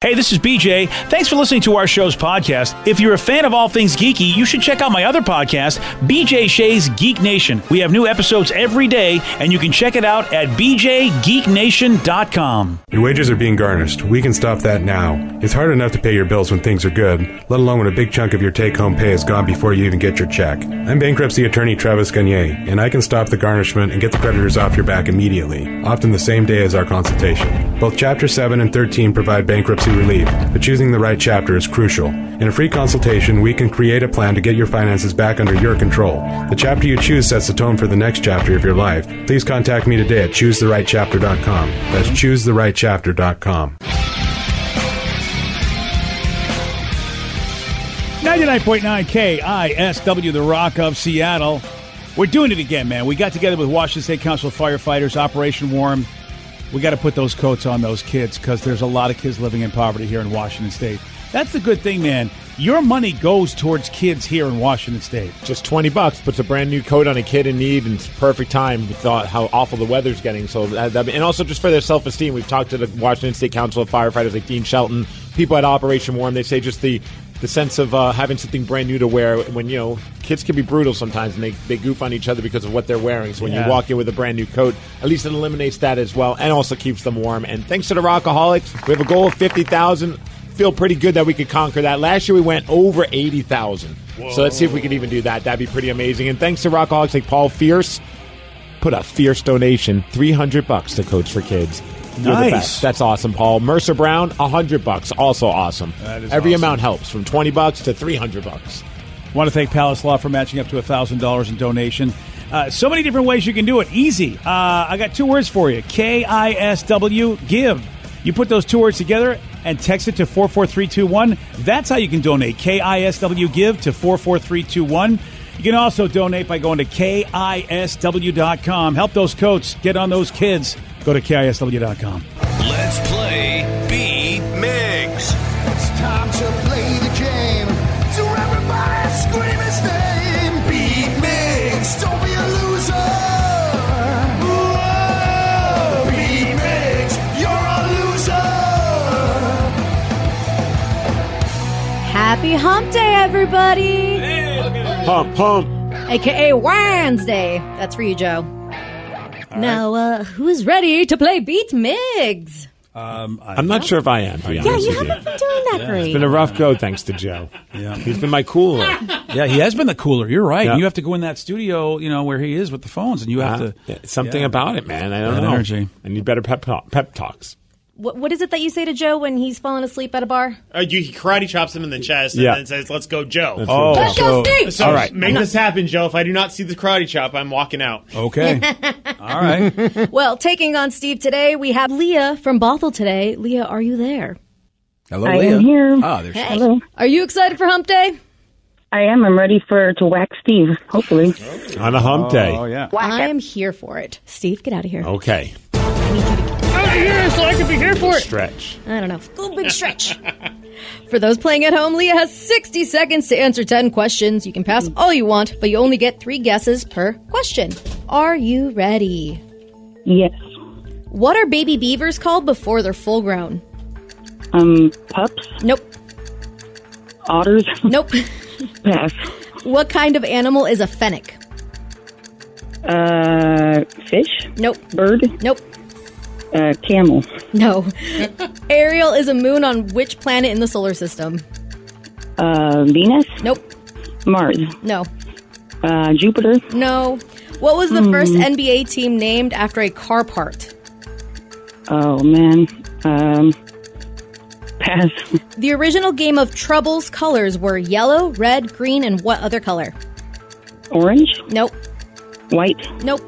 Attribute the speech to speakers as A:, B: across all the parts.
A: Hey, this is BJ. Thanks for listening to our show's podcast. If you're a fan of all things geeky, you should check out my other podcast, BJ Shays Geek Nation. We have new episodes every day, and you can check it out at bjgeeknation.com.
B: Your wages are being garnished. We can stop that now. It's hard enough to pay your bills when things are good, let alone when a big chunk of your take home pay is gone before you even get your check. I'm bankruptcy attorney Travis Gagne, and I can stop the garnishment and get the creditors off your back immediately, often the same day as our consultation. Both Chapter 7 and 13 provide bankruptcy relief, but choosing the right chapter is crucial. In a free consultation, we can create a plan to get your finances back under your control. The chapter you choose sets the tone for the next chapter of your life. Please contact me today at choosetherightchapter.com. That's choosetherightchapter.com.
A: 99.9 KISW, The Rock of Seattle. We're doing it again, man. We got together with Washington State Council of Firefighters, Operation Warm. We got to put those coats on those kids because there's a lot of kids living in poverty here in Washington State. That's the good thing, man. Your money goes towards kids here in Washington State.
C: Just 20 bucks puts a brand new coat on a kid in need, and it's perfect time with all- how awful the weather's getting. So, that, that- and also just for their self esteem, we've talked to the Washington State Council of Firefighters like Dean Shelton, people at Operation Warm. They say just the the sense of uh, having something brand new to wear when you know kids can be brutal sometimes and they, they goof on each other because of what they're wearing. So when
A: Yeah.
C: you walk in with a brand new coat, at least it eliminates that as well, and also keeps them warm. And thanks to the Rockaholics, we have a goal of fifty thousand. Feel pretty good that we could conquer that. Last year we went over eighty thousand. So let's see if we could even do that. That'd be pretty amazing. And thanks to Rockaholics like Paul Fierce, put a fierce donation, three hundred bucks to Coats for Kids. You're the
A: Nice.
C: best. That's awesome, Paul. Mercer Brown, hundred bucks, also awesome.
A: That is
C: Every
A: awesome.
C: amount helps, from twenty bucks to three hundred bucks.
A: Want to thank Palace Law for matching up to $1,000 in donation. Uh, so many different ways you can do it. Easy. Uh, I got two words for you K I S W, give. You put those two words together and text it to 44321. That's how you can donate. K I S W, give to 44321. You can also donate by going to KISW.com. Help those coats. Get on those kids. Go to KISW.com.
D: Let's play B Migs.
E: It's time to play the game. So everybody scream his name. Beat Mix. Don't be a loser. Whoa. Beat Mix. You're a loser.
F: Happy Hump Day, everybody!
C: Pump, pump.
F: AKA Wednesday. That's for you, Joe. Now, uh, who's ready to play Beat Migs?
A: Um,
C: I'm not sure if I am. To be
F: Yeah,
C: honest with
F: you
C: you.
F: haven't been doing that great.
C: Been a rough go, thanks to Joe. Yeah, he's been my cooler.
A: Yeah, he has been the cooler. You're right.
C: Yeah.
A: You have to go in that studio, you know, where he is with the phones, and you have
C: Uh,
A: to
C: yeah, something
A: Yeah.
C: about it, man. I don't
A: That
C: know.
A: energy.
C: I need better pep talk, pep talks.
F: what, what is it that you say to Joe when he's falling asleep at a bar?
G: Uh, you, he karate chops him in the chest and
C: Yeah.
G: then says, "Let's go, Joe."
C: Oh,
F: Let's go, Steve!
G: So
A: All right.
G: make this happen, Joe. If I do not see the karate chop, I'm walking out.
A: Okay. All right.
F: Well, taking on Steve today, we have Leah from Bothell today. Leah, are you there?
A: Hello, Ah,
H: I am here.
F: Hey. Are you excited for Hump Day?
H: I am. I'm ready for to whack Steve. Hopefully,
C: on a hump day.
A: Oh, yeah.
F: I am here for it. Steve, get out of here.
C: Okay,
F: so I can be here for it.
C: stretch.
F: I don't know. Go big stretch. For those playing at home, Leah has 60 seconds to answer 10 questions. You can pass all you want, but you only get three guesses per question. Are you ready?
H: yes.
F: What are baby beavers called before they're full grown?
H: Um, pups,
F: Nope.
H: otters,
F: Nope.
H: pass.
F: what kind of animal is a fennec?
H: Uh, fish,
F: Nope.
H: bird,
F: Nope.
H: Uh, camel.
F: No. Ariel is a moon on which planet in the solar system?
H: Uh, Venus.
F: Nope.
H: Mars.
F: No.
H: Uh, Jupiter.
F: No. What was the first
H: Hmm.
F: NBA team named after a car part?
H: Oh man. Um, pass.
F: The original game of Trouble's colors were yellow, red, green, and what other color?
H: Orange.
F: Nope.
H: White.
F: Nope.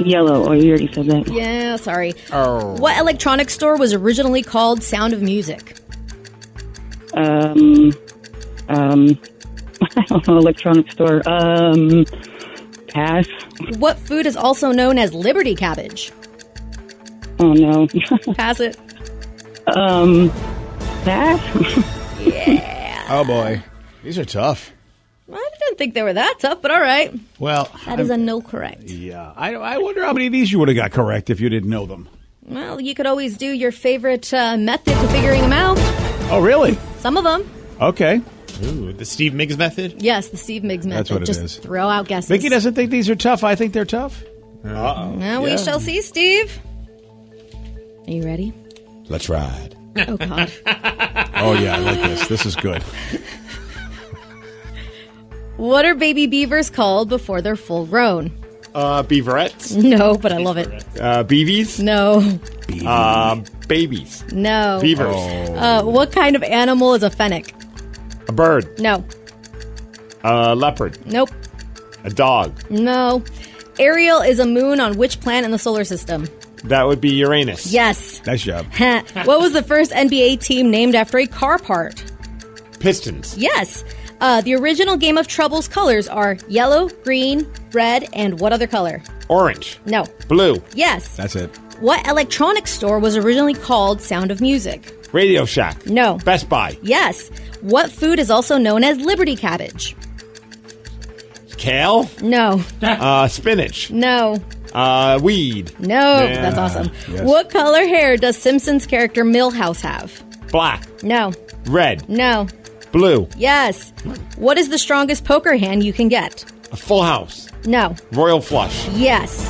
H: Yellow. Oh, you already said that.
F: Yeah, sorry.
H: Oh.
F: What electronic store was originally called Sound of Music?
H: Um. Um. I don't know. Electronic store. Um. Pass.
F: What food is also known as Liberty Cabbage?
H: Oh no.
F: Pass it.
H: um. Pass.
I: Oh boy, these are tough.
F: I didn't think they were that tough, but all right.
I: Well,
F: That is a no correct.
A: Yeah, I, I wonder how many of these you would have got correct if you didn't know them.
F: Well, you could always do your favorite uh, method to figuring them out.
A: Oh, really?
F: Some of them.
A: Okay.
G: Ooh, the Steve Miggs method?
F: Yes, the Steve Miggs method.
A: That's what it
F: Just
A: is.
F: throw out guesses.
A: Vicky doesn't think these are tough. I think they're tough.
I: Uh-oh.
F: Now we shall see, Steve. Are you ready?
I: Let's ride.
F: Oh, God.
I: Oh yeah, I like this. This is good.
F: what are baby beavers called before they're full grown?
C: Uh, beaverettes?
F: No, but I love it.
C: Uh, beavies?
F: No. Mm.
C: Uh, babies.
F: No.
C: Beavers.
F: Uh, what kind of animal is a fennec?
C: A bird.
F: No.
C: A leopard.
F: Nope.
C: A dog.
F: No. Ariel is a moon on which planet in the solar system?
C: That would be Uranus.
F: Yes.
C: Nice job.
F: Huh. what was the first NBA team named after a car part?
C: Pistons.
F: Yes. Uh, the original Game of Trouble's colors are yellow, green, red, and what other color?
C: Orange.
F: No.
C: Blue.
F: Yes.
C: That's it.
F: What electronics store was originally called Sound of Music?
C: Radio Shack.
F: No.
C: Best Buy.
F: Yes. What food is also known as Liberty Cabbage?
C: Kale.
F: No.
C: Uh, spinach.
F: No.
C: Uh, weed.
F: No.
C: Yeah.
F: That's awesome.
C: Yes.
F: What color hair does Simpsons character Millhouse have?
C: Black.
F: No.
C: Red.
F: No.
C: Blue.
F: Yes. What is the strongest poker hand you can get?
C: A full house.
F: No.
C: Royal flush.
F: Yes.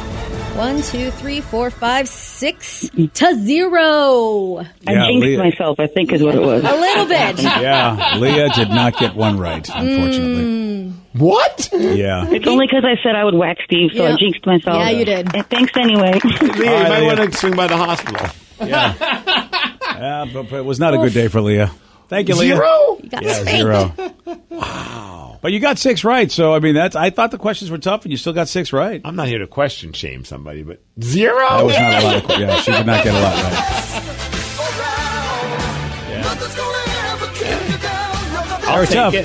F: One, two, three, four, five, six to zero.
H: I
A: Yeah,
H: jinxed
A: Leah.
H: myself. I think is what it was.
F: A little bit.
A: Yeah, Leah did not get one right, unfortunately.
C: What?
A: Yeah.
H: It's only because I said I would whack Steve, so
F: Yeah.
H: I jinxed myself.
F: Yeah, you did.
H: And thanks anyway.
C: Leah, you
A: All right,
C: might
A: Leah.
C: want to swing by the hospital.
A: Yeah, but, but it was not a good day for Leah. Thank you, Leah.
C: Zero?
F: You got
A: Yeah,
F: spanked.
A: zero. Wow. But you got six right, so I mean that's. I thought the questions were tough, and you still got six right.
C: I'm not here to question shame somebody, but zero?
A: That was not a lot. Of, que- yeah, she did not get a lot right.
E: Nothing's gonna ever keep you down. Nothing-
A: They were tough.
C: it.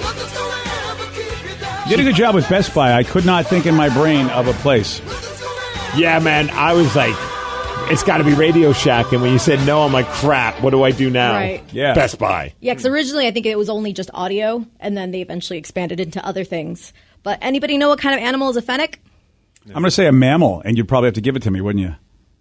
E: Nothing's gonna ever keep you down.
A: You did a good job with Best Buy. I could not think in my brain of a place.
C: Yeah, man. I was like, it's got to be Radio Shack. And when you said no, I'm like, crap. What do I do now?
F: Right.
A: Yeah.
C: Best Buy.
F: Yeah, because originally I think it was only just audio, and then they eventually expanded into other things. But anybody know what kind of animal is a fennec?
A: I'm going to say a mammal, and you'd probably have to give it to me, wouldn't you?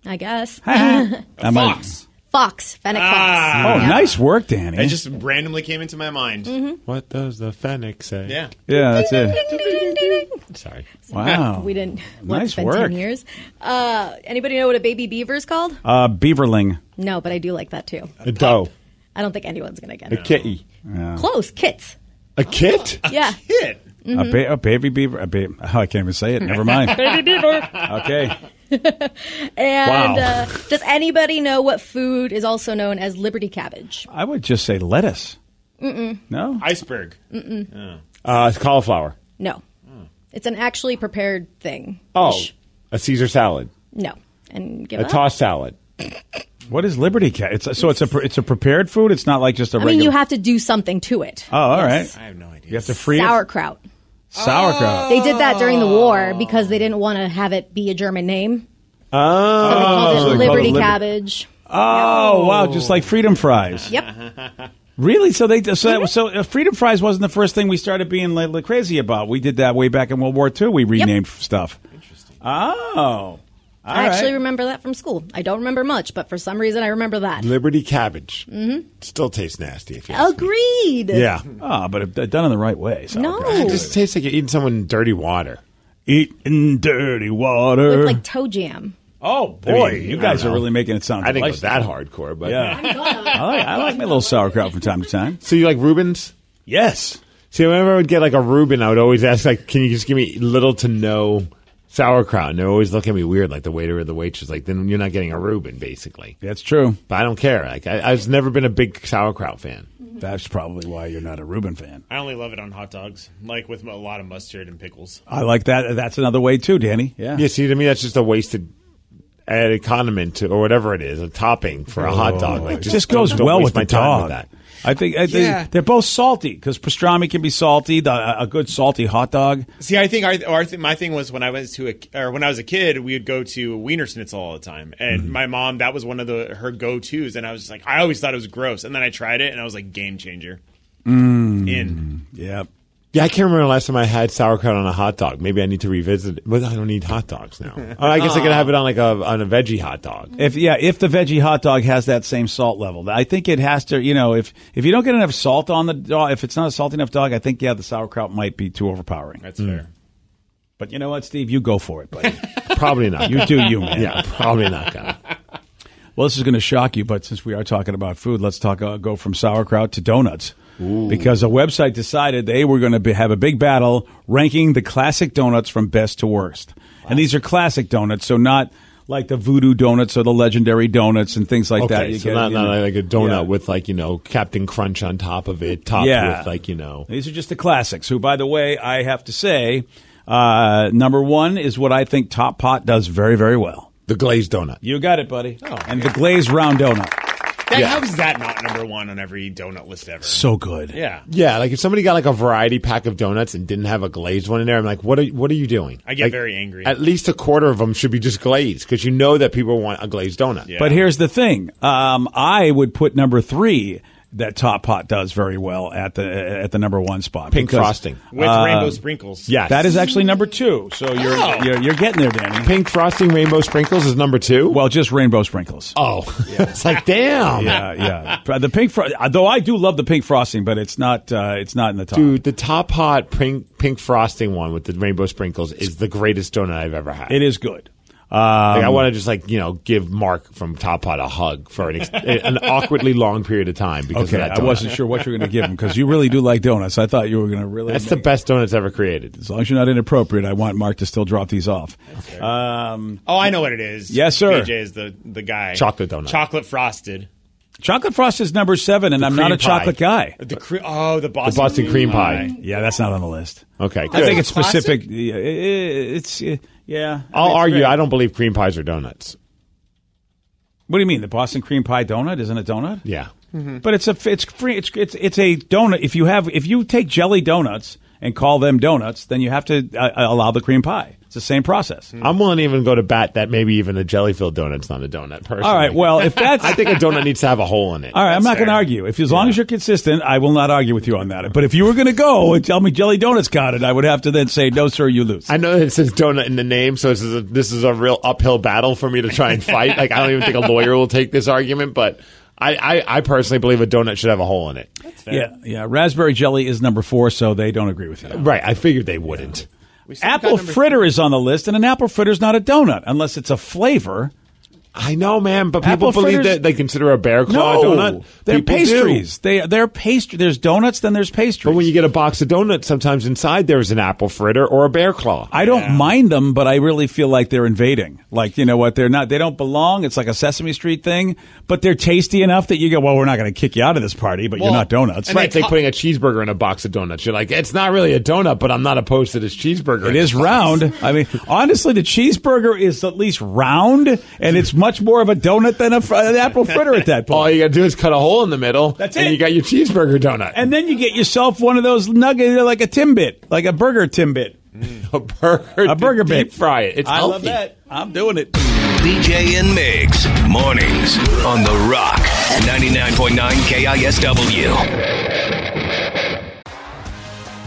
F: I guess.
A: A
G: Fox.
F: fox. Fennec
A: Oh,
F: fox. Yeah.
A: nice work, Danny.
G: It just randomly came into my mind.
C: What does the Fennec say?
G: Yeah.
A: yeah, that's it.
F: Ding, ding, ding, ding.
C: Sorry.
A: Wow.
F: We didn't. Well,
A: Oh. Nice
F: it's been
A: work.
F: Ten years. Uh, anybody know what a baby beaver is called?
A: Uh, beaverling.
F: no, but I do like that too.
C: A doe.
F: I don't think anyone's gonna get
C: A
F: it.
C: kitty.
F: Close kits.
C: A kit?
F: Yeah.
G: Hit.
F: Mm-hmm.
A: A, ba- a baby beaver. A ba- oh, I can't even say it. Never mind. baby beaver. Okay.
F: And
C: Wow.
F: uh, does anybody know what food is also known as Liberty cabbage?
A: I would just say lettuce. Mm-mm. No?
G: Iceberg.
C: Uh, it's cauliflower.
F: No,
A: Hmm.
F: it's an actually prepared thing.
C: Oh, a Caesar salad.
F: No, and give
C: A
F: up.
C: tossed salad.
A: What is Liberty Cat? It's a, so it's a pr- it's a prepared food. It's not like just a
F: I
A: regular.
F: mean, you have to do something to it.
A: Oh, all right.
G: I have no idea.
A: You have to free
F: Sauerkraut.
A: it. Sauerkraut.
F: They did that during the war because they didn't want to have it be a German name.
C: Oh.
F: They called
A: so
F: it
A: they called it
F: Liberty
A: liber-
F: cabbage.
A: Oh wow, just like freedom fries.
C: Uh-huh.
F: Yep.
A: Really? So they so
F: Mm-hmm.
A: that, so uh, freedom fries wasn't the first thing we started being like, like crazy about. We did that way back in World War II. We renamed stuff. Interesting. Oh.
F: I actually remember that from school. I don't remember much, but for some reason I remember that.
C: Liberty cabbage. Mm-hmm. Still tastes nasty. If you
F: Oh,
C: ask me.
F: Agreed.
C: Yeah.
A: Oh, but it, done in the right way.
F: No.
A: sauerkraut.
C: It just tastes like you're eating someone in dirty water.
A: Eating dirty water.
C: Uh.
F: With like toe jam.
A: Oh boy, you guys are really making it sound.
C: I think it was
A: delicious.
C: that hardcore, but
A: yeah, I like, I like my little sauerkraut from time to time.
C: So you like Rubens?
A: Yes.
C: See, whenever I would get like a Reuben, I would always ask, like, "Can you just give me little to no sauerkraut?" And they're always looking at me weird, like the waiter or the waitress, like, "Then you're not getting a Reuben, basically."
A: That's true.
C: But I don't care. Like, I, I've never been a big sauerkraut fan.
A: That's probably why you're not a Reuben fan.
G: I only love it on hot dogs, like with a lot of mustard and pickles.
A: I like that. That's another way too, Danny. Yeah.
C: Yeah. See, to me, that's just a wasted added condiment to, or whatever it is, a topping for a hot dog. Oh, Like,
A: it
C: just,
A: Oh, just
C: don't-
A: goes
C: don't
A: well
C: waste
A: with
C: my
A: the
C: time
A: dog.
C: with that.
A: I think I, think
G: Yeah.
A: they're both salty because pastrami can be salty. The, a good salty hot dog.
G: See, I think our, our th- my thing was when I was to a, or when I was a kid, we would go to Wiener Schnitzel all the time, and
A: Mm-hmm.
G: my mom that was one of the her go tos, and I was just like, I always thought it was gross, and then I tried it, and I was like, game changer. In.
A: Yeah.
C: Yeah, I can't remember the last time I had sauerkraut on a hot dog. Maybe I need to revisit it, but I don't need hot dogs now. Oh, I guess I could have it on like a on a veggie hot dog.
A: If yeah, if the veggie hot dog has that same salt level, I think it has to. You know, if if you don't get enough salt on the dog, if it's not a salty enough dog, I think yeah, the sauerkraut might be too overpowering.
G: That's
C: Hmm.
G: fair.
A: But you know what, Steve, you go for it, buddy.
C: Probably not.
A: You do you, man.
C: Yeah, probably not gonna.
A: Well, this is going to shock you, but since we are talking about food, let's talk uh, go from sauerkraut to donuts. Because a website decided they were going to be, have a big battle ranking the classic donuts from best to worst. And these are classic donuts, so not like the voodoo donuts or the legendary donuts and things like
C: okay,
A: that. You
C: so
A: get,
C: not,
A: you
C: not
A: know.
C: like a donut
A: Yeah.
C: with like you know Captain Crunch on top of it, topped
A: Yeah.
C: with like you know.
A: These are just the classics, who, by the way, I have to say, uh, number one is what I think Top Pot does very, very well.
C: The glazed donut.
A: You got it, buddy. and the glazed round donut.
G: That, How is that not number one on every donut list ever?
A: So good.
G: yeah,
C: Yeah, like if somebody got like a variety pack of donuts and didn't have a glazed one in there, I'm like, what are what are you doing?
G: I get
C: Like,
G: very angry.
C: At least a quarter of them should be just glazed because you know that people want a glazed donut.
G: Yeah.
A: But here's the thing: um, I would put number three that Top Pot does very well at the at the number one spot.
C: Pink
A: because- uh,
C: frosting.
G: with
A: Um,
G: rainbow sprinkles.
C: Yes.
A: That is actually number two. So you're
G: Oh.
A: you're, you're getting there, Danny.
C: Pink frosting rainbow sprinkles is number two.
A: Well, just rainbow sprinkles.
C: oh, it's like damn,
A: Yeah, yeah. But The pink, fro- though I do love the pink frosting, but it's not uh, it's not in the top.
C: dude, the top hot pink pink frosting one with the rainbow sprinkles is the greatest donut I've ever had.
A: It is good.
C: Like,
A: Um,
C: I want to just like you know give Mark from Top Hot a hug for an, ex- an awkwardly long period of time because
A: Okay,
C: of that.
A: I
C: donut.
A: wasn't sure what you were going to give him because you really do like donuts. I thought you were going to really.
C: That's the
A: make-
C: best donuts ever created.
A: As long as you're not inappropriate, I want Mark to still drop these off. Um,
G: Oh, I know what it is.
A: Yes, sir.
G: BJ is the the guy.
C: Chocolate donut.
G: Chocolate frosted.
A: chocolate frost is number seven, and I'm not
C: cream
A: a chocolate guy.
G: The cre- oh, the Boston,
C: The Boston cream pie.
A: Yeah, that's not on the list.
C: Okay,
A: I
C: good.
A: think it's
G: Classic?
A: specific. yeah, i- i- It's uh, yeah.
C: I'll
A: It's
C: argue.
A: great.
C: I don't believe cream pies are donuts.
A: What do you mean? The Boston cream pie donut isn't a donut,
C: Yeah,
A: but it's a f- it's free. It's it's it's a donut. If you have if you take jelly donuts and call them donuts, then you have to uh, allow the cream pie. It's the same process.
C: I'm willing to even go to bat that maybe even a jelly filled donut's not a donut. Personally,
A: All right. Well, if that's
C: I think a donut needs to have a hole in it.
A: all right, I'm not
G: fair.
A: going to argue. If as long as you're consistent, I will not argue with you on that. But if you were going to go and tell me jelly donuts got it, I would have to then say no, sir, you lose.
C: I know that it says donut in the name, so this is a, this is a real uphill battle for me to try and fight. like I don't even think a lawyer will take this argument, but I, I, I personally believe a donut should have a hole in it.
A: yeah, yeah. Raspberry jelly is number four, so they don't agree with you.
C: Right. I figured they wouldn't.
A: Apple fritter is on the list, and an apple fritter is not a donut unless it's a flavor.
C: I know, man, but
A: Apple
C: people believe
A: fritters-
C: that they consider a bear claw a donut.
A: they're
C: People do.
A: pastries. They they're pastry. There's donuts, then there's pastries.
C: But when you get a box of donuts, sometimes inside there's an apple fritter or a bear claw.
A: I don't mind them, but I really feel like they're invading. Like you know what? They're not. They don't belong. It's like a Sesame Street thing. But they're tasty enough that you go, well, we're not going to kick you out of this party, but
G: Well,
A: you're not donuts.
C: Right, it's like putting a cheeseburger in a box of donuts. You're like, it's not really a donut, but I'm not opposed to this cheeseburger.
A: It is round. I mean, honestly, the cheeseburger is at least round, and it's much more of a donut than a, fr- an apple fritter at that point.
C: All you gotta do is cut a hole in the middle. That's and
A: it.
C: you got your cheeseburger donut.
A: And then you get yourself one of those nuggets, like a Timbit, like a burger Timbit,
C: a burger,
A: a burger
C: deep
A: bit.
C: fry it. Mm. It's
A: I
C: healthy.
A: love that. I'm doing it.
D: BJ and Migs. Mornings on The Rock. 99.9 KISW.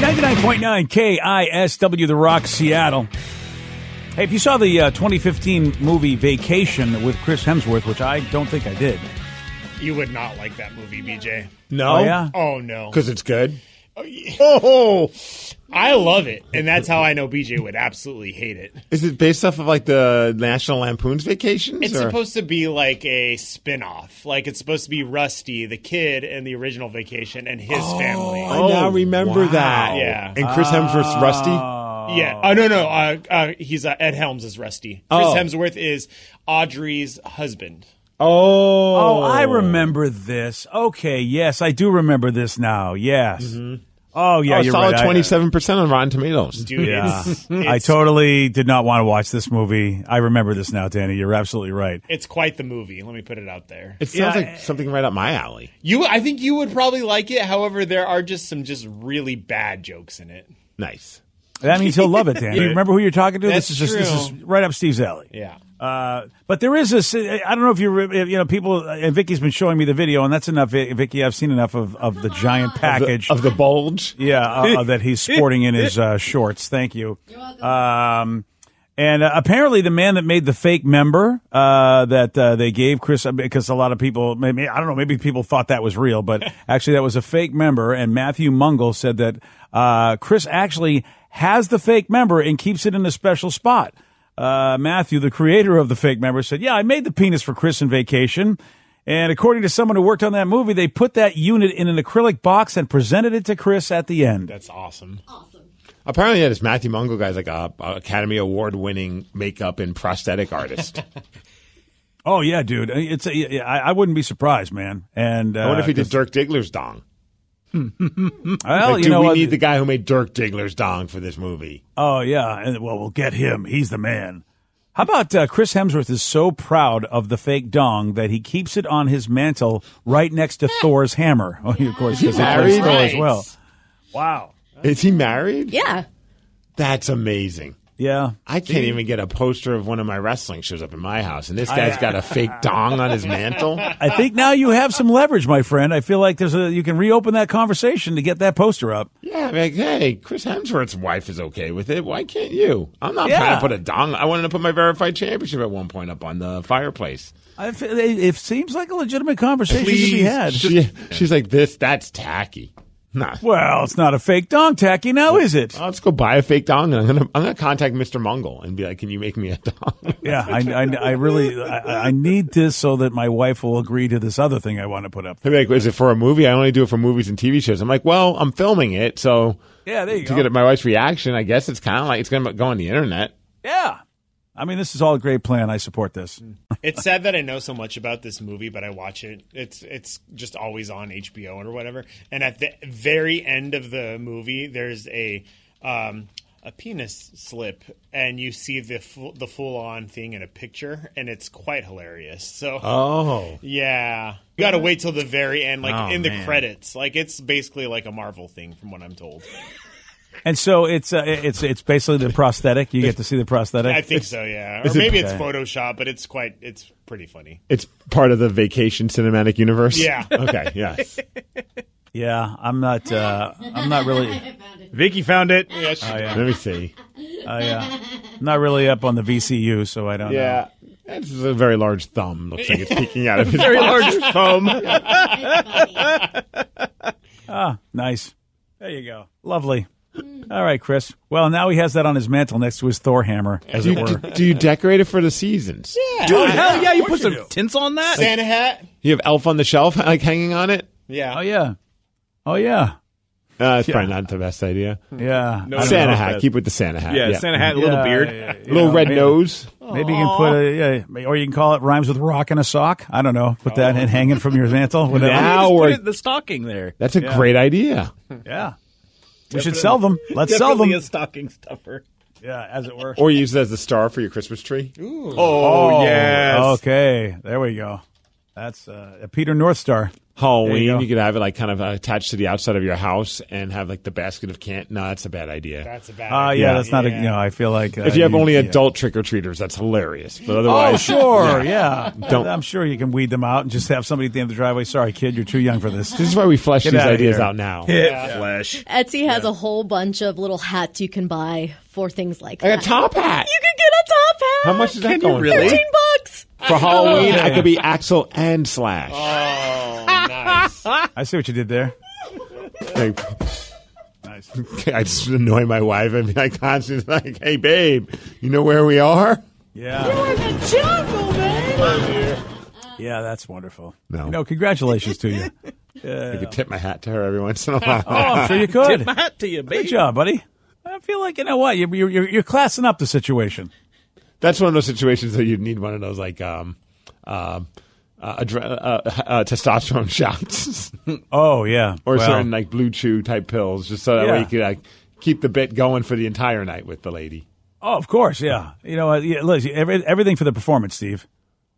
A: Ninety-nine point nine KISW, The Rock, Seattle. Hey, if you saw the uh, 2015 movie Vacation with Chris Hemsworth, which I don't think I did,
G: You would not like that movie, BJ.
A: No? Oh, yeah?
G: Oh no.
A: because
C: it's good.
G: Oh, I love it, and that's how I know BJ would absolutely hate it.
C: Is it based off of like the National Lampoon's Vacations?
G: It's
C: or-
G: supposed to be like a spin-off. Like it's supposed to be Rusty, the kid, and the original Vacation, and his
A: Oh.
G: family.
C: I now remember that.
G: Yeah,
C: And Chris Hemsworth's
A: Ah.
C: Rusty.
G: Yeah. Oh no no. Uh, uh, he's uh, Ed Helms is Rusty. Chris
C: Oh.
G: Hemsworth is Audrey's husband.
A: Oh, I remember this. Okay, yes, I do remember this now. Yes. Oh yeah,
C: oh,
A: you're
C: solid
A: right. I-
C: twenty-seven percent on Rotten Tomatoes.
G: Dude,
A: yeah, I totally did not want to watch this movie. I remember this now, Danny. You're absolutely right.
G: It's quite the movie. Let me put it out there.
C: It sounds
A: eh,
C: like something right up my alley.
G: you. I think you would probably like it. However, there are just some just really bad jokes in it.
C: Nice.
A: That means he'll love it, Danny.
G: Yeah.
A: Remember who you're talking to?
G: That's
A: this is just this
G: true.
A: is right up Steve's alley.
G: Yeah.
A: Uh, but there is this. I don't know if you re- you know people. And Vicky's been showing me the video, and that's enough, Vi- Vicky. I've seen enough of, of the giant package
C: of the, bulge.
A: Yeah, uh, uh, that he's sporting in his uh, shorts. Thank you. Um, and uh, apparently, the man that made the fake member uh, that uh, they gave Chris, because a lot of people, maybe, I don't know, maybe people thought that was real, but actually, that was a fake member. And Matthew Mungle said that uh, Chris actually has the fake member and keeps it in a special spot. Uh, Matthew, the creator of the fake member, said, Yeah, I made the penis for Chris in vacation. And according to someone who worked on that movie, they put that unit in an acrylic box and presented it to Chris at the end.
C: That's awesome. Apparently, yeah, this Matthew Mungo guy's like a, a Academy Award winning makeup and prosthetic artist.
A: Oh yeah, dude. It's a, yeah, I, I wouldn't be surprised, man. And uh,
C: I wonder if he did Dirk Diggler's dong.
A: Well,
C: Like,
A: you
C: do
A: know
C: we
A: what?
C: need the guy who made Dirk Diggler's dong for this movie?
A: Oh yeah, and well, we'll get him. He's the man. How about uh, Chris Hemsworth is so proud of the fake dong that he keeps it on his mantle right next to Thor's hammer. Oh, of course,
C: Is he
A: because he plays
C: married?
A: Thor as well.
C: Wow. Is he married?
F: Yeah.
C: That's amazing.
A: Yeah.
C: I can't even get a poster of one of my wrestling shows up in my house, and this guy's got a fake dong on his mantle.
A: I think now you have some leverage, my friend. I feel like there's a you can reopen that conversation to get that poster up.
C: Yeah, I'm like, hey, Chris Hemsworth's wife is okay with it. Why can't you? I'm not
A: Yeah.
C: trying to put a dong. I wanted to put my verified championship at one point up on the fireplace.
A: I f- it, it seems like a legitimate conversation to be had.
C: She- she's like, this, that's tacky. Nah.
A: Well, it's not a fake dong tacky now, is it?
C: let's go buy a fake dong, and I'm gonna I'm gonna contact Mr. Mungle and be like, "Can you make me a dong?"
A: Yeah, I, I, I really I, I need this so that my wife will agree to this other thing I want to put up.
C: They'd be like, "Is it for a movie? I only do it for movies and TV shows." I'm like, "Well, I'm filming it, so
A: Yeah, there you
C: to
A: go.
C: get my wife's reaction, I guess it's kind of like it's gonna go on the internet."
A: Yeah. I mean, this is all a great plan. I support this.
G: It's sad that I know so much about this movie, but I watch it. It's it's just always on HBO or whatever. And at the very end of the movie, there's a um, a penis slip, and you see the full, the full on thing in a picture, and it's quite hilarious. So
C: Oh,
G: yeah, you got to wait till the very end, like
C: Oh,
G: in the
C: man.
G: credits. Like it's basically like a Marvel thing, from what I'm told.
A: And so it's uh, it's it's basically the prosthetic. You get to see the prosthetic.
G: I think so, yeah. Or
C: is it-
G: maybe it's
C: Okay.
G: Photoshop, but it's quite it's pretty funny.
C: It's part of the vacation cinematic universe.
G: Yeah.
C: okay. Yes.
A: Yeah, I'm not uh, I'm not really
J: Vicky found it.
G: Yeah,
A: Oh, yeah.
C: Let me see.
A: I, uh, I'm not really up on the VCU, so I don't know.
C: Yeah. This is a very large thumb. Looks like it's peeking out of his
J: Very large
C: pocket.
J: foam.
A: Ah, nice. There you go. Lovely. All right, Chris. Well, now he has that on his mantle next to his Thor hammer, as
C: Do
A: it
C: you,
A: were.
C: do you decorate it for the seasons?
G: Yeah.
J: Dude, hell yeah, you put
G: you
J: some
G: do.
J: tinsel on that?
G: Uh, Santa hat.
C: You have Elf on the Shelf like hanging on it.
G: Yeah.
A: Oh yeah. Oh yeah.
C: Uh, it's probably not the best idea.
A: Yeah. I don't know
C: Santa
A: if
C: hat.
A: that-
C: Keep with the Santa hat.
J: yeah, Santa hat, little
A: Yeah,
J: beard.
A: yeah, yeah,
C: Little
A: yeah,
C: red
A: maybe-
C: nose.
A: Maybe you can put a yeah, or you can call it rhymes with rock and a sock. I don't know. Put that in hanging from your mantle. Whatever.
C: Now
J: Just put
C: we're-
J: it in the stocking there.
C: That's a great idea.
A: Yeah. We should sell them. Let's sell
J: Definitely
A: them.
J: a stocking stuffer.
A: Yeah, as it were.
C: Or use it as the star for your Christmas tree.
J: Oh, yes.
A: Okay. There we go. That's uh, a Peter North Star.
C: Halloween.
A: There you
C: You,
A: go.
C: could have it like kind of uh, attached to the outside of your house and have like the basket of can't. No, that's a bad idea. That's a bad.
A: Uh, yeah, that's not a. No, I feel like uh,
C: if you have only
A: yeah.
C: adult trick or treaters, that's hilarious. But
A: Oh,
C: otherwise,
A: sure, yeah.
C: Don't.
A: I'm sure you can weed them out and just have somebody at the end of the driveway. Sorry, kid, you're too young for this.
C: This is why we flesh
A: Get
C: these
A: outta
C: ideas
A: here.
C: out now.
A: Yeah.
G: Flesh.
F: Etsy has a whole bunch of little hats you can buy for things like
C: Like a
F: that.
C: top hat.
F: You can get a top
C: How
F: hat.
C: much is that
F: Can
C: going
F: you
C: for?
F: Thirteen bucks
C: For Halloween, I
A: Yeah.
C: could be Axel and Slash.
A: I see what you did there.
C: Like, I just annoy my wife. I mean, I constantly like, "Hey, babe, you know where we are?"
A: Yeah,
E: jungle, man.
A: yeah, that's wonderful.
C: No.
A: you know, congratulations to you.
C: I
A: Yeah.
C: could tip my hat to her every once in a
A: Oh,
C: while.
A: I'm sure you could.
J: Tip my hat to you, babe.
A: Good job, buddy. I feel like you know what you're you're, you're, you're classing up the situation.
C: That's one of those situations that you'd need one of those like um, um, uh, adre- uh, uh, testosterone shots
A: Oh yeah,
C: or
A: Well,
C: certain like blue chew type pills, just so that way
A: Yeah.
C: you could like keep the bit going for the entire night with the lady.
A: Oh, of course, yeah. You know, uh, yeah, listen, every, everything for the performance, Steve.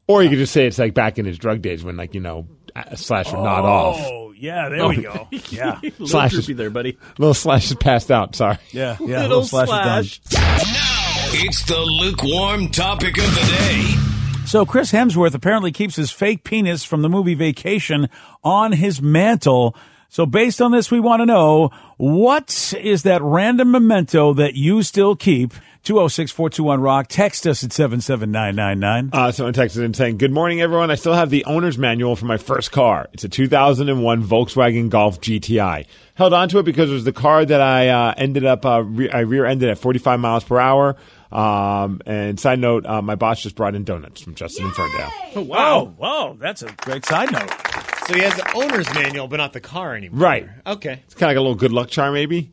C: Or you could just say it's like back in his drug days when like you know uh, Slash would nod off.
A: Oh yeah, there we go. Yeah,
J: little
C: Slash is-
J: droopy there, buddy.
C: Little Slash is passed out. Sorry.
A: yeah, yeah.
J: Little
A: slash is done.
J: slash.
D: It's the lukewarm topic of the day.
A: So Chris Hemsworth apparently keeps his fake penis from the movie Vacation on his mantle. So based on this, we want to know what is that random memento that you still keep? 206-421-ROCK. Text us at 77999.
C: Uh, someone texted in saying, Good morning, everyone. I still have the owner's manual for my first car. It's a 2001 Volkswagen Golf GTI. Held onto it because it was the car that I uh, ended up, uh, re- I rear ended at 45 miles per hour. Um, and side note, uh, my boss just brought in donuts from Justin in Ferndale.
J: Oh, wow.
A: Whoa, that's a great side note.
G: So he has the owner's manual, but not the car anymore.
C: Right.
G: Okay.
C: It's kind of like a little good luck charm, maybe.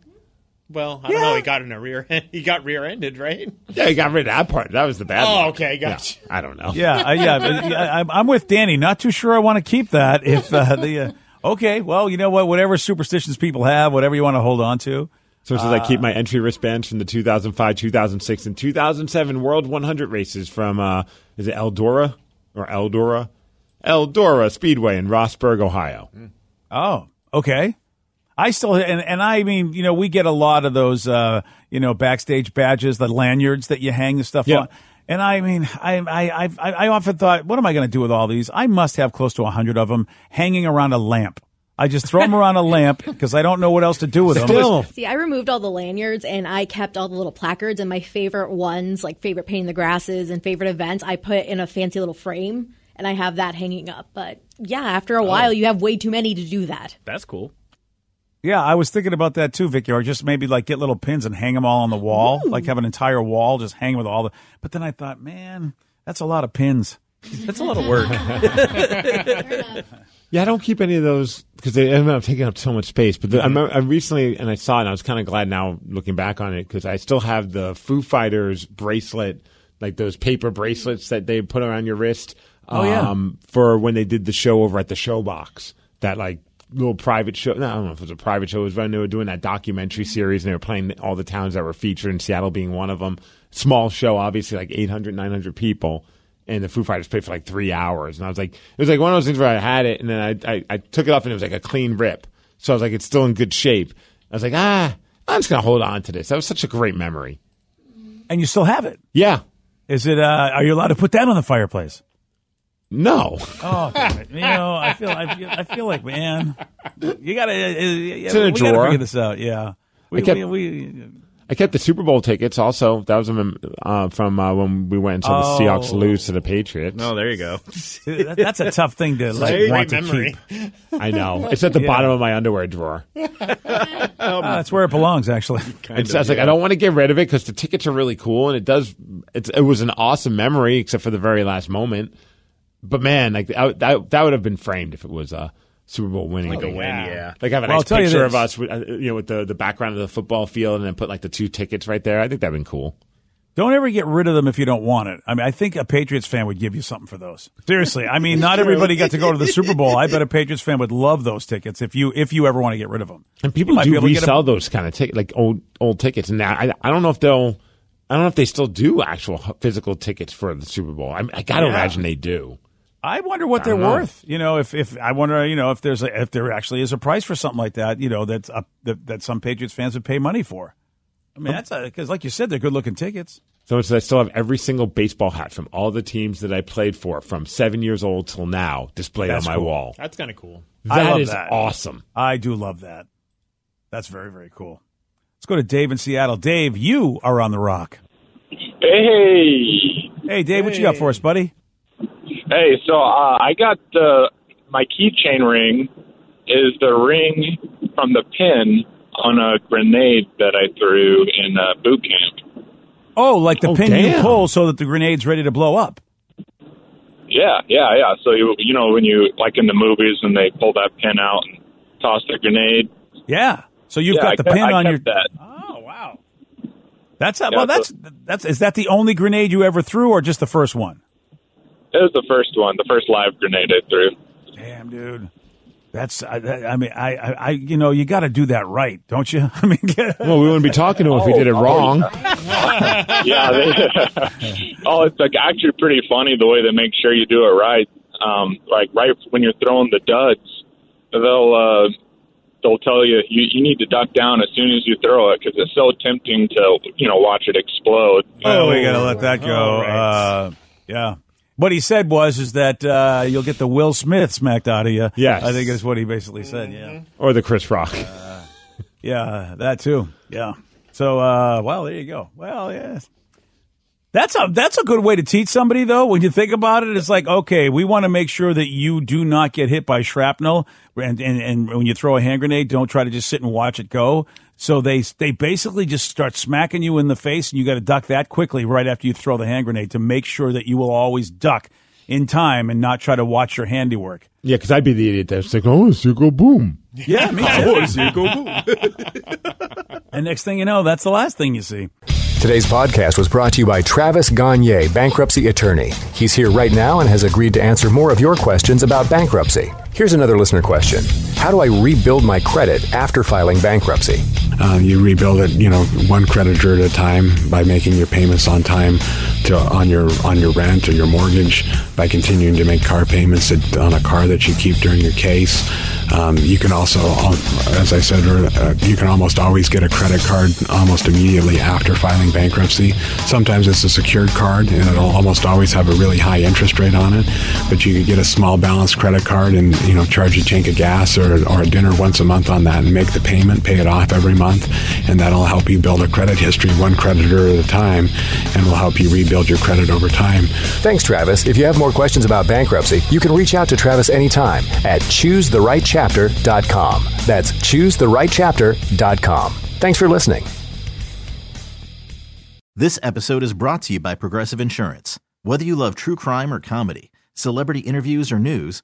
G: Well, I don't know. He got in a rear end. He got rear ended, right?
C: Yeah, he got rid of that part. That was the bad
G: Oh,
C: one.
G: okay, gotcha.
C: Yeah, I don't know.
A: Yeah, I, yeah. but, yeah, I, I'm- I'm with Danny. Not too sure I want to keep that. If uh, the uh, okay, well, you know what? Whatever superstitions people have, whatever you want to hold on to.
C: So it says I keep my entry wristbands from the 2005, 2006, and 2007 World 100 races from uh, is it Eldora or Eldora, Eldora Speedway in Rossburg, Ohio.
A: Oh, okay. I still and and I mean, you know, we get a lot of those, uh, you know, backstage badges, the lanyards that you hang the stuff
C: Yeah.
A: on. And I mean, I I I've- I I often thought, what am I going to do with all these? I must have close to a hundred of them hanging around a lamp. I just throw them around a lamp because I don't know what else to do with them.
C: Still.
F: See, I removed all the lanyards and I kept all the little placards and my favorite ones, like favorite painting the grasses and favorite events, I put in a fancy little frame and I have that hanging up. But yeah, after a while, you have way too many to do that.
J: That's cool.
A: Yeah, I was thinking about that too, Vicky. Or just maybe like get little pins and hang them all on the wall, like have an entire wall just hang with all the. But then I thought, man, that's a lot of pins.
J: That's a lot of work.
C: Yeah, I don't keep any of those because they end up taking up so much space. But the,
A: Mm-hmm.
C: I, remember, I recently, and I saw it, and I was kind of glad now looking back on it because I still have the Foo Fighters bracelet, like those paper bracelets that they put around your wrist.
A: Oh, yeah.
C: um, for when they did the show over at the Showbox, that like little private show. No, I don't know if it was a private show. It was when they were doing that documentary series and they were playing all the towns that were featured, and Seattle being one of them. Small show, obviously, like 800, 900 people. And the Foo Fighters played for like three hours, and I was like, it was like one of those things where I had it, and then I I, I took it off, and it was like a clean rip. So I was like, it's still in good shape. I was like, ah, I'm just gonna hold on to this. That was such a great memory.
A: And you still have it.
C: Yeah.
A: Is it? Uh, are you allowed to put that on the fireplace?
C: No.
A: Oh, damn it. you know, I feel, I feel, I feel like, man, you gotta, uh, uh, yeah,
C: in a
A: we gotta
C: drawer.
A: figure this out. Yeah,
C: I
A: we,
C: kept-
A: we, we-
C: I kept the Super Bowl tickets. Also, that was a mem- uh, from uh, when we went and saw the Seahawks
A: Oh.
C: lose to the Patriots.
J: oh, there you go.
A: that- that's a tough thing to like
C: Great
A: want
G: memory.
A: to keep.
C: I know it's at the
A: Yeah.
C: bottom of my underwear drawer.
A: Uh, that's where it belongs, actually.
C: It's, I was like, I don't want to get rid of it because the tickets are really cool, and it does. It's, it was an awesome memory, except for the very last moment. But man, like I, that, that would have been framed if it was a Super Bowl winning, like
G: a win, yeah.
C: Like have a
A: Well, I'll
C: nice
A: tell you
C: picture
A: this.
C: of us, with, uh, you know, with the the background of the football field, and then put like the two tickets right there. I think that'd been cool.
A: Don't ever get rid of them if you don't want it. I mean, I think a Patriots fan would give you something for those. Seriously, I mean, not everybody got to go to the Super Bowl. I bet a Patriots fan would love those tickets if you if you ever want to get rid of them.
C: And people
A: might be
C: do
A: able to get 'em-
C: resell those kind of tickets, like old old tickets. And now I, I don't know if they'll, I don't know if they still do actual h- physical tickets for the Super Bowl. I, I got to
A: Yeah.
C: imagine they do.
A: I wonder what
K: I
A: they're
K: don't know.
A: worth. You know, if if I wonder, you know, if there's a, if there actually is a price for something like that, you know, that's up that, that some Patriots fans would pay money for. I mean, that's because, like you said, they're good looking tickets.
C: Someone says I still have every single baseball hat from all the teams that I played for from seven years old till now displayed
A: That's
C: on my
A: cool.
C: wall.
G: That's kind of cool.
A: I
C: That
A: love
C: is awesome.
A: I do love that. That's very very cool. Let's go to Dave in Seattle. Dave, you are on the rock.
L: Hey.
A: Hey, Dave, what you got for us, buddy?
L: Hey, so uh, I got the my keychain ring is the ring from the pin on a grenade that I threw in uh, boot camp.
A: Oh, like the pin you
L: damn.
A: pull so that the grenade's ready to blow up.
L: Yeah, yeah, yeah. So you you know when you like in the movies and they pull that pin out and toss the grenade.
A: Yeah. So you've
L: Yeah,
A: got
L: I
A: the
L: kept-
A: pin
L: I
A: on
L: kept
A: your.
L: that.
A: That's
L: Yeah,
A: well. That's
L: so-
A: that's. Is that the only grenade you ever threw, or just the first one?
L: It was the first one, the first live grenade I threw.
A: Damn, dude. That's I, that- I mean I, I I you know you got to do that right, don't you? I mean,
C: well, we wouldn't be talking to him if we did it wrong.
L: yeah. They, oh, it's like actually pretty funny the way they make sure you do it right. Um, like right when you're throwing the duds, they'll uh, they'll tell you, you you need to duck down as soon as you throw it because it's so tempting to you know watch it explode.
A: Oh, we got to let that go. Uh, yeah. What he said was is that uh, you'll get the Will Smith smacked out of you.
C: Yes.
A: I think that's what he basically said. Yeah.
C: Or the Chris Rock.
A: Yeah, that too. Yeah. So, uh, well, there you go. Well, yes. That's a that's a good way to teach somebody though. When you think about it, it's like okay, we want to make sure that you do not get hit by shrapnel, and, and and when you throw a hand grenade, don't try to just sit and watch it go. So they they basically just start smacking you in the face, and you got to duck that quickly right after you throw the hand grenade to make sure that you will always duck in time and not try to watch your handiwork.
C: Yeah, because I'd be the idiot that's like, oh, it's go boom.
A: Yeah, me too. and next thing you know, that's the last thing you see.
M: Today's podcast was brought to you by Travis Gagne, bankruptcy attorney. He's here right now and has agreed to answer more of your questions about bankruptcy. Here's another listener question How do I rebuild my credit after filing bankruptcy?
B: Uh, you rebuild it, you know, one creditor at a time by making your payments on time to on your on your rent or your mortgage by continuing to make car payments that- on a car that you keep during your case. Um, you can also, al- as I said, ear- uh, you can almost always get a credit card almost immediately after filing bankruptcy. Sometimes it's a secured card and it'll almost always have a really high interest rate on it, but you could get a small balance credit card and you know charge a tank of gas or, or a dinner once a month on that and make the payment, pay it off every month, and that'll help you build a credit history one creditor at a time and will help you rebuild your credit over time.
M: Thanks, Travis. If you have more questions about bankruptcy, you can reach out to Travis anytime at choosetherightchapter.com. That's choosetherightchapter.com. Thanks for listening.
N: This episode is brought to you by Progressive Insurance. Whether you love true crime or comedy, celebrity interviews or news,